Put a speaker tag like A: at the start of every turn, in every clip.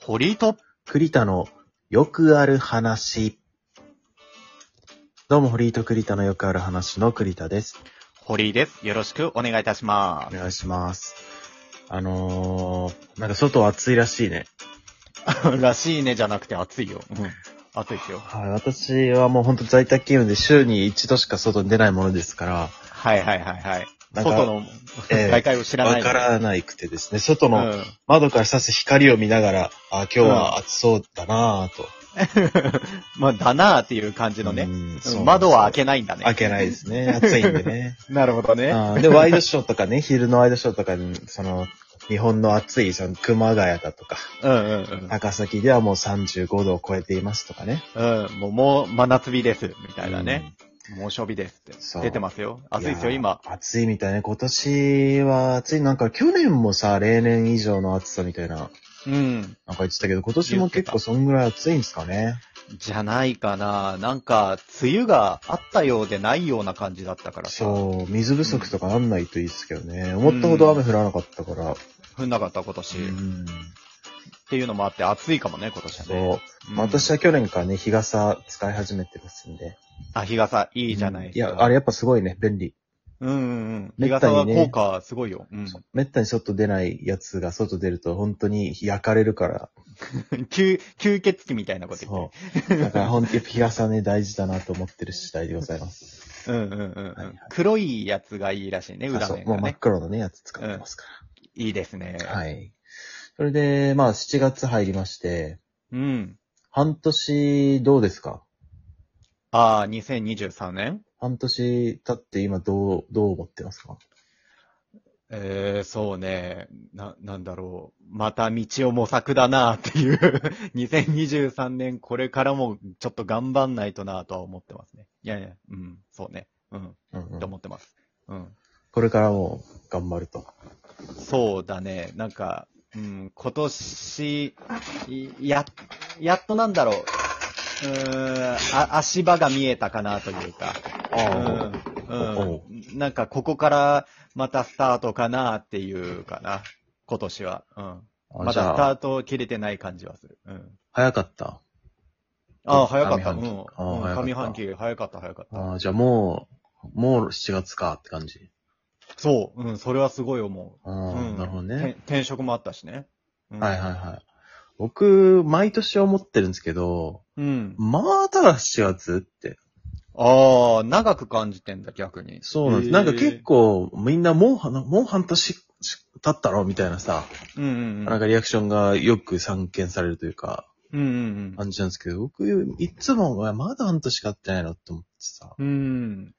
A: ポリート。
B: 栗田のよくある話。どうも、フリート栗田のよくある話の栗田です。
A: 堀井です。よろしくお願いいたしま
B: お願いします。あのー、なんか外暑いらしいね。
A: す。 らしいねじゃなくて暑いよ。うん。暑いですよ。
B: はい、私はもうほんと在宅勤務で週に一度しか外に出ないものですから、
A: はいはいはいはい。
B: なんか
A: 外の
B: ええ
A: 外界を知らな
B: わ
A: い。
B: からないくてですね、外
A: う
B: の
A: ん。
B: 窓から差す光を見ながら、あ、今日は暑そうだなぁと。
A: まあ、だなーっていう感じのね。
B: うん
A: うん
B: そう
A: 窓は開けないんだね。
B: 開けないですね。暑いんでね。
A: なるほどね。
B: あーで、ワイドショーとかね、 昼のワイドショーとかに、その、日本の暑い、その、熊谷だとか、
A: うんうんうん。
B: 高崎ではもう35度を超えていますとかね。
A: うん、もう、もう真夏日です、みたいなね。猛暑日ですっ
B: そ
A: て。出
B: う
A: てますよ。
B: うん。
A: 暑いですよ、
B: やー
A: 今。。
B: 暑いみたいね。今年は暑い。なんか去年もさ、例年以上の暑さみたいな、なんか
A: うん。
B: 言ってたけど、今年も結構そんぐらい暑いんですかね。
A: じゃないかな。なんか、梅雨があったようでないような感じだったからさ。
B: そう、水不足とかなんないといいですけどね。思ったほど雨降らなかったから。
A: 降んなかった今年、
B: う
A: っ
B: ん。
A: ていうのもあって暑いかもね、今年はね。
B: そう。
A: うん
B: まあ私は去年からね、日傘使い始めてますんで。
A: あ、日傘、いいじゃない。
B: いや、あれやっぱすごいね、便利。
A: うんうんうん。
B: め
A: 日
B: った
A: 傘は
B: にね
A: 効果すごいよ。うん。
B: めったに外出ないやつが外出ると本当に焼かれるから。
A: 吸、吸血鬼みたいなこと言っ
B: そう。だから本当に日傘ね大事だなと思ってる次第でございます。
A: て。うんうんうんうん、
B: はいはい
A: 黒いやつがいいらしいね、
B: あ
A: 裏
B: そう。
A: 面
B: もう
A: が
B: 真っ
A: ね。
B: 黒のね、やつ使ってますか
A: いいですね。
B: ら。はい。それで、まあ7月入りまして、
A: うん。
B: 半年どうですか
A: ああ、2023年
B: 半年経って今どう、どう思ってますか
A: えー、そうね。な、なんだろう。また道を模索だなっていう。2023年これからもちょっと頑張んないとなとは思ってますね。いやいや、うん、そうね。うん、
B: うんう
A: っ
B: ん
A: て思ってます。うん。
B: これからも頑張ると。
A: そうだね。なんか、うん、今年、いや、やっとなんだろう。うーん、あ、足場が見えたかなというか。
B: あ
A: うん。うん。なんか、ここからまたスタートかなっていうかな。今年は。うん。
B: あ
A: ま
B: じ
A: だス
B: ゃ
A: タ
B: あ、
A: ート切れてない感じはする。うん。
B: 早かった。
A: ああ、早かった。う
B: 上半期
A: ん。
B: あー
A: うん上
B: 早か
A: 半
B: った
A: 期、早かった、早かった。
B: あーじゃあもう、もう7月かって感じ。
A: そう。うん、それはすごい思
B: あ
A: う。う
B: ー
A: ん。
B: なるほどね。
A: 転転職もあったしね。うん
B: はいはいはい。僕、毎年思ってるんですけど、
A: うん。
B: まただ7月って。
A: ああ、長く感じてんだ、逆に。
B: そうなんで
A: へ
B: す。
A: ー
B: なんか結。構、みんなもうは、もう半年し経ったろみたいなさ、
A: うんうんう
B: なん
A: ん。
B: かリアクションがよく散見されるというか、
A: うんうん
B: 感じなんですけど、僕、いつも、お前まだ半年経ってないのって思ってさ。
A: うん。うん。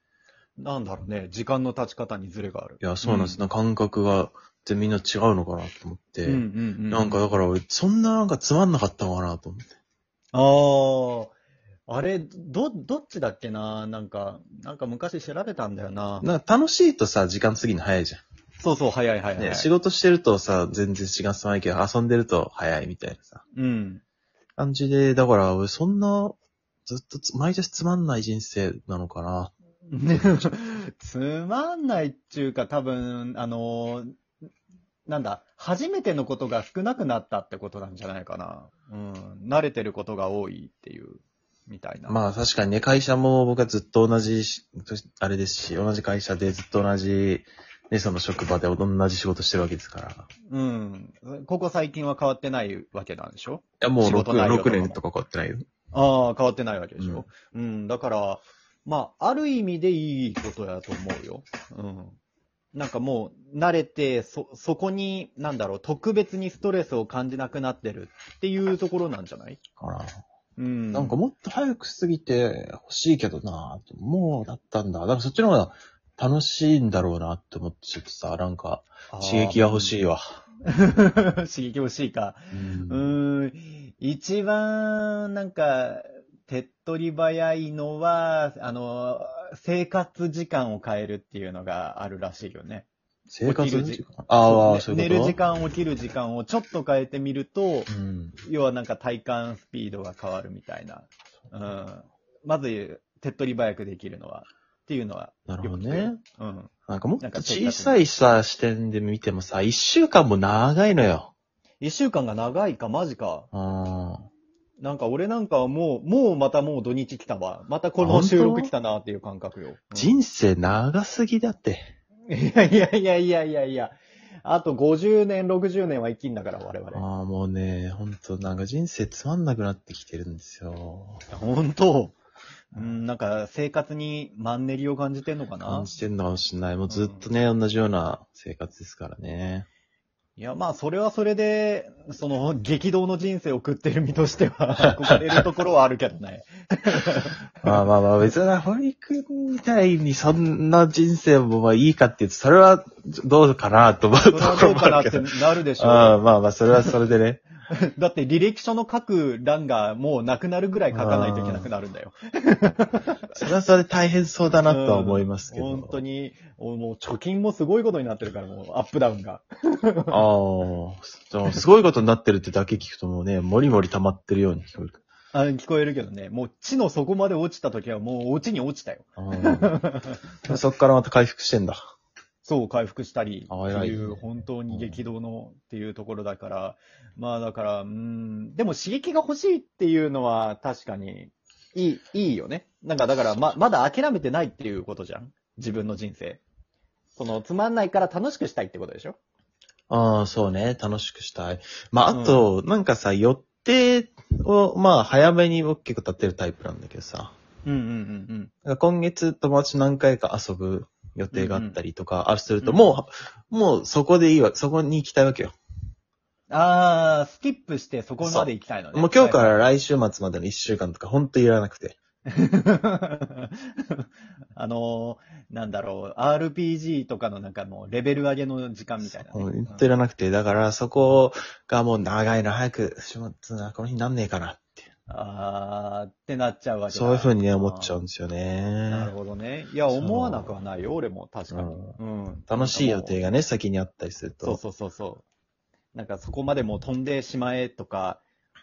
A: なんだろうね、時間の経ち方にズレがある。
B: いや、そうなんです。
A: うん
B: なんか感覚が、ってみんな違うのかなと思って。
A: うんうんうん。
B: なんか
A: あ
B: だから俺、そんななんかつまんなかったのかなと思って。
A: あ、あれ、ど、どっちだっけななんか、なんか昔調べたんだよな。
B: なんか楽しいとさ、時間過ぎるの早いじゃん。
A: そうそう、早い早い早い。
B: ね、仕事してるとさ、全然時間進まないけど、遊んでると早いみたいなさ。
A: うん。
B: 感じで、だから、俺そんな、ずっとつ毎年つまんない人生なのかな。
A: つまんないっちゅうか、多分、あのーなんだ、初めてのことが少なくなったってことなんじゃないかな。うん、慣れてることが多いっていう、みたいな。
B: まあ確かにね、会社も僕はずっと同じし、あれですし、同じ会社でずっと同じ、ね、その職場で同じ仕事してるわけですから。
A: うん。ここ最近は変わってないわけなんでしょ
B: いや、もう
A: 仕
B: 6,
A: 事内容とか
B: 6
A: も
B: 年とか変わってないよ。
A: ああ、変わってないわけでしょ、うん、だから、まあ、ある意味でいいことやと思うよ。うん。なんかもう、慣れて、そ、そこに、なんだろう、特別にストレスを感じなくなってるっていうところなんじゃない
B: かな。
A: うん。
B: なんかもっと早く過ぎて欲しいけどなぁともうだったんだ。だからそっちの方が楽しいんだろうなって思ってちょっとさ、なんか、
A: あー
B: 刺激が欲しいわ。
A: 刺激欲しいか。う
B: うん
A: ーん。一番、なんか、手っ取り早いのは、あの、生活時間を変えるっていうのがあるらしいよね。
B: 生活
A: 起き
B: 時
A: る
B: 間ああ、そ
A: そうう
B: い
A: ね
B: う
A: 寝る
B: こと
A: 時間、起きる時間をちょっと変えてみると、
B: うん。
A: 要はなんか体感スピードが変わるみたいな。うん。まず、手っ取り早くできるのは。っていうのは。
B: なるほど
A: よく聞
B: ね。
A: くよ。うん。
B: なんかもっと
A: なんか
B: 小さいさ、視点で見てもさ、一週間も長いのよ。
A: 一週間が長いか、マジか。
B: ああ。
A: なんか俺なんかはもう、もうまたもう土日来たわ。またこの収録来たなっていう感覚よ。うん
B: 人生長すぎだって。
A: いやいやいやいやいやいや。あと50年、60年は生きんだから、我々。
B: ああ、もうね、ほんと、なんか人生つまんなくなってきてるんですよ。
A: 本当うん、なんか生活にマンネリを感じてんのかな
B: 感じてんのかもしんない。もうずっとね、同じような生活ですからね。
A: いや、まあ、それはそれで、その、激動の人生を送ってる身としては、 憧れるところはあるけどね。
B: まあまあまあ、別に、堀君みたいにそんな人生もまあいいかって言うと、それはどうかなと思う
A: そ
B: と
A: れ
B: こ
A: はど
B: ろ
A: う
B: も
A: かな
B: あ
A: っ
B: るけ
A: て
B: ど。
A: なるでしょ
B: ああ
A: う。
B: まあまあ、それはそれで ね。
A: だって、履歴書の書く欄がもうなくなるぐらい書かないといけなくなるんだよ。
B: それはそれで大変そうだなとは思いますけど。
A: 本当に、おもう貯金もすごいことになってるから、もう、アップダウンが。
B: ああ、でもすごいことになってるってだけ聞くともうね、もりもり溜まってるように聞こえる。
A: あ聞こえるけどね、もう地の底まで落ちた時はもう落ちに落ちたよ。
B: あーでもそっからまた回復してんだ。
A: そう回復したり
B: あ
A: って
B: 偉い
A: い
B: ね
A: う、本当に激動のっていうところだから、まあだから、うん、でも刺激が欲しいっていうのは確かにいい、いいよね。なんかだから、ま、まだ諦めてないっていうことじゃん自分の人生。その、つまんないから楽しくしたいってことでしょ
B: ああ、そうね。楽しくしたい。まあ、あと、なんかさ、予定を、まあ、早めに僕結構立てるタイプなんだけどさ。
A: うんうんうん
B: なんか今月友達何回か遊ぶ予定があったりとか、あるすると、
A: うん
B: もう、もうそこでいいわ。そこに行きたいわけよ。
A: うん。ああ、スキップしてそこまで行きたいのね。
B: もう今日から来週末までの1週間とか、ほんといらなくて。
A: あのーなんだろう、RPG とかのなんかもうレベル上げの時間みたいなね、
B: もうほんといらなくて。だから、そこがもう長いな、早く、週末な、この日なんねえかなって。
A: あーってなっちゃうわけだ
B: そういうふうにね、思っちゃうんですよ
A: なる
B: ね。
A: ほどね。いや、
B: そう
A: 思わなくはないよ、俺も、確かに。うん。
B: 楽しい予定がね、先にあったりすると。
A: そうそうそうそう。なんかそこまでもう飛んでしまえとか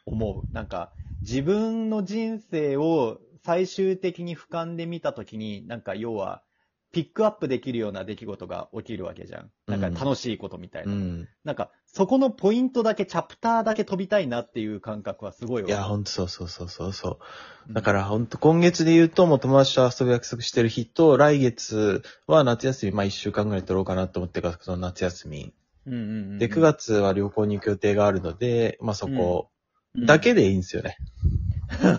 A: 思う。なんか自分の人生を最終的に俯瞰で見たときに、なんか要はピックアップできるような出来事が起きるわけじゃん。なんか楽しいことみたいな。
B: うん。
A: なんかそこのポイントだけ、チャプターだけ飛びたいなっていう感覚はすごいわ。、
B: いや、ほんとそうそうそうそうそう。だかららほんと今月で言うともう友達と遊ぶ約束してる日と、来月は夏休み、まあ一週間ぐらい取ろうかなと思ってから、その夏休み。
A: うんうんうん、
B: で、9月は旅行に行く予定があるので、まあそこだけでいいんですよね。
A: うん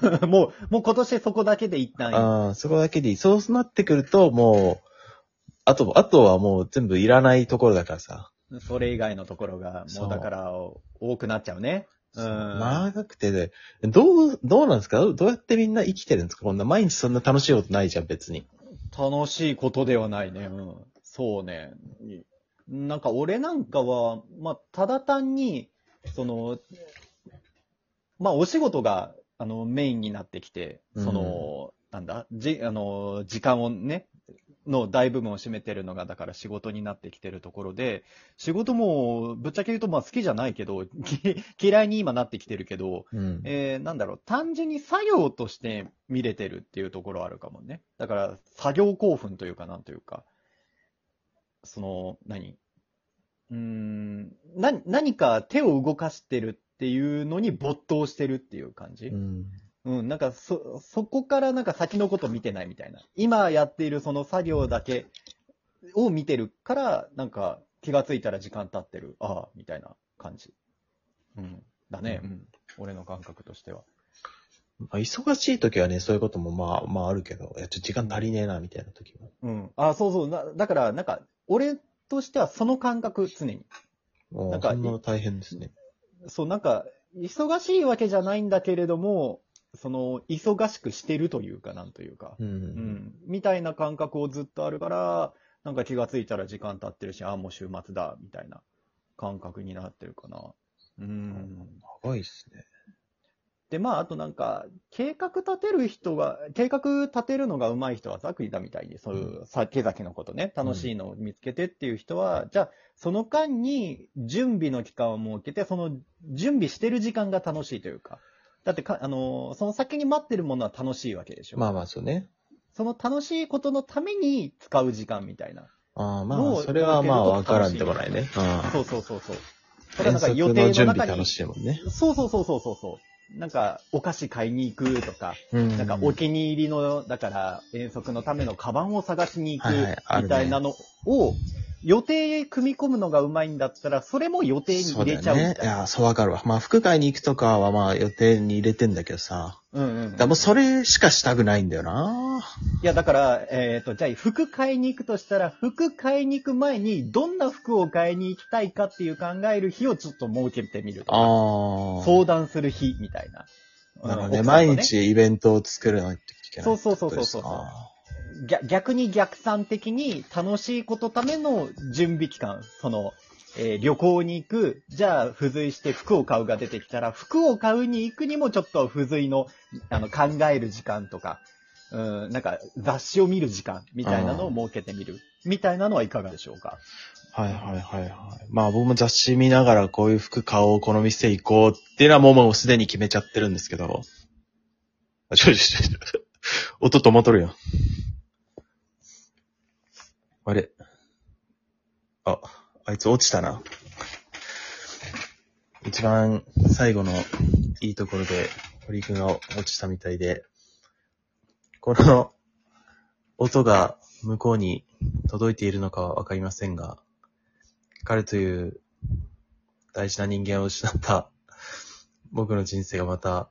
A: もう、もう今年そこだけで一旦いい
B: ああ、そこだけでいい。そうなってくると、もう、あと、あとはもう全部いらないところだからさ。
A: それ以外のところが、
B: そ
A: もう
B: う
A: だから、多くなっちゃうね。うん。
B: 長くてね、どう、どうなんですかどうやってみんな生きてるんですかこんな毎日そんな楽しいことないじゃん、別に。
A: 楽しいことではないね。うん。そうね。なんか俺なんかは、まあ、ただ単に、その、まあ、お仕事が、あの、メインになってきて、その、なんだ、じ、あの、時間をね、の大部分を占めてるのが、だから仕事になってきてるところで、仕事も、ぶっちゃけ言うと、まあ、好きじゃないけど、 き嫌いに今なってきてるけど、
B: うん。
A: えー、なんだろう、単純に作業として見れてるっていうところあるかもね。だから、作業興奮というか、なんというか、その、何うーんな、何か手を動かしてるっていうのに没頭してるっていう感じ。
B: うん
A: うん、なんかそ、そこからなんか先のこと見てないみたいな。今やっているその作業だけを見てるから、なんか気がついたら時間経ってる。ああ、みたいな感じ。うん。だね。う
B: うん
A: ん。俺の感覚としては。
B: まあ、忙しい時はね、そういうこともまあ、まああるけど、いや、ちょっと時間足りねえな、みたいな時も。
A: うん。ああ、そうそう。なだから、なんか、俺としてはその感覚、常に。
B: もう
A: なんか
B: そんな大変ですね。
A: そう、なんか、忙しいわけじゃないんだけれども、その、忙しくしてるというか、なんというか。
B: うん。
A: うん、みたいな感覚をずっとあるから、なんか気がついたら時間経ってるし、あ、もう週末だ、みたいな感覚になってるかな。うん。
B: 長いっすね。
A: で、まあ、あとなんか、計画立てる人が、計画立てるのが上手い人はざクリだみたいに、そういう酒酒のことね、楽しいのを見つけてっていう人は、じゃあ、その間に準備の期間を設けて、その準備してる時間が楽しいというか、だってか、あのー、その先に待ってるものは楽しいわけでしょ。
B: まあまあ、そうね。
A: その楽しいことのために使う時間みたいな。
B: ああ、
A: 脳
B: ま
A: を
B: あ、それはまあ、
A: 動
B: わ
A: けると
B: から
A: 楽し
B: ん
A: い
B: でもないね。
A: そううそうそうそう。それはなんか
B: 遠
A: 予
B: 足
A: 定
B: の準
A: の
B: 備
A: 中
B: 楽
A: に、
B: しいもんね。
A: そうそうそうそうそうそう。なんか、お菓子買いに行くとか、
B: うん
A: なんかお気に入りの、だから遠足のためのカバンを探しに行
B: はいはいあ
A: く
B: るね
A: みたいなのを、予定組み込むのがうまいんだったら、それも予定に
B: そ
A: 入れ
B: うだよ
A: ちゃうみ
B: ね。い
A: たいな。
B: や、そうわかるわ。まあ、服買いに行くとかはまあ予定に入れてんだけどさ。
A: うんうんうん
B: だからもうそれしかしたくないんだよな。
A: いや、だから、えっ、と、じゃあ、服買いに行くとしたら、服買いに行く前に、どんな服を買いに行きたいかっていう考える日をちょっと設けてみるとか、
B: ああ。
A: 相談する日みたいな。
B: なんか
A: うん奥
B: ね、
A: さんと
B: 毎日イベントを作らないといけない。
A: そうそうそうそうそう
B: あ
A: 逆逆に逆算的に楽しいことための準備期間、その、えー旅行に行く、じゃあ付随して服を買うが出てきたら、服を買うに行くにもちょっと付随の、あの、考える時間とか、うん、なんか雑誌を見る時間みたいなのを設けてみる、みたいなのはいかがでしょうか
B: ーはいはいはいはい。まあ僕も雑誌見ながらこういう服買おう、この店行こうっていうのはもうもうすでに決めちゃってるんですけど。 あ、ちょいちょいちょい。音止まっとるやん。あれあ、あいつ落ちたな。一番最後のいいところで堀くんが落ちたみたいで、この音が向こうに届いているのかはわかりませんが、彼という大事な人間を失った僕の人生がまた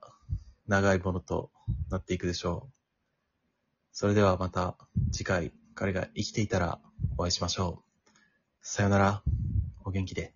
B: 長いものとなっていくでしょう。それではまた次回彼が生きていたらお会いしましょう。さよなら。お元気で。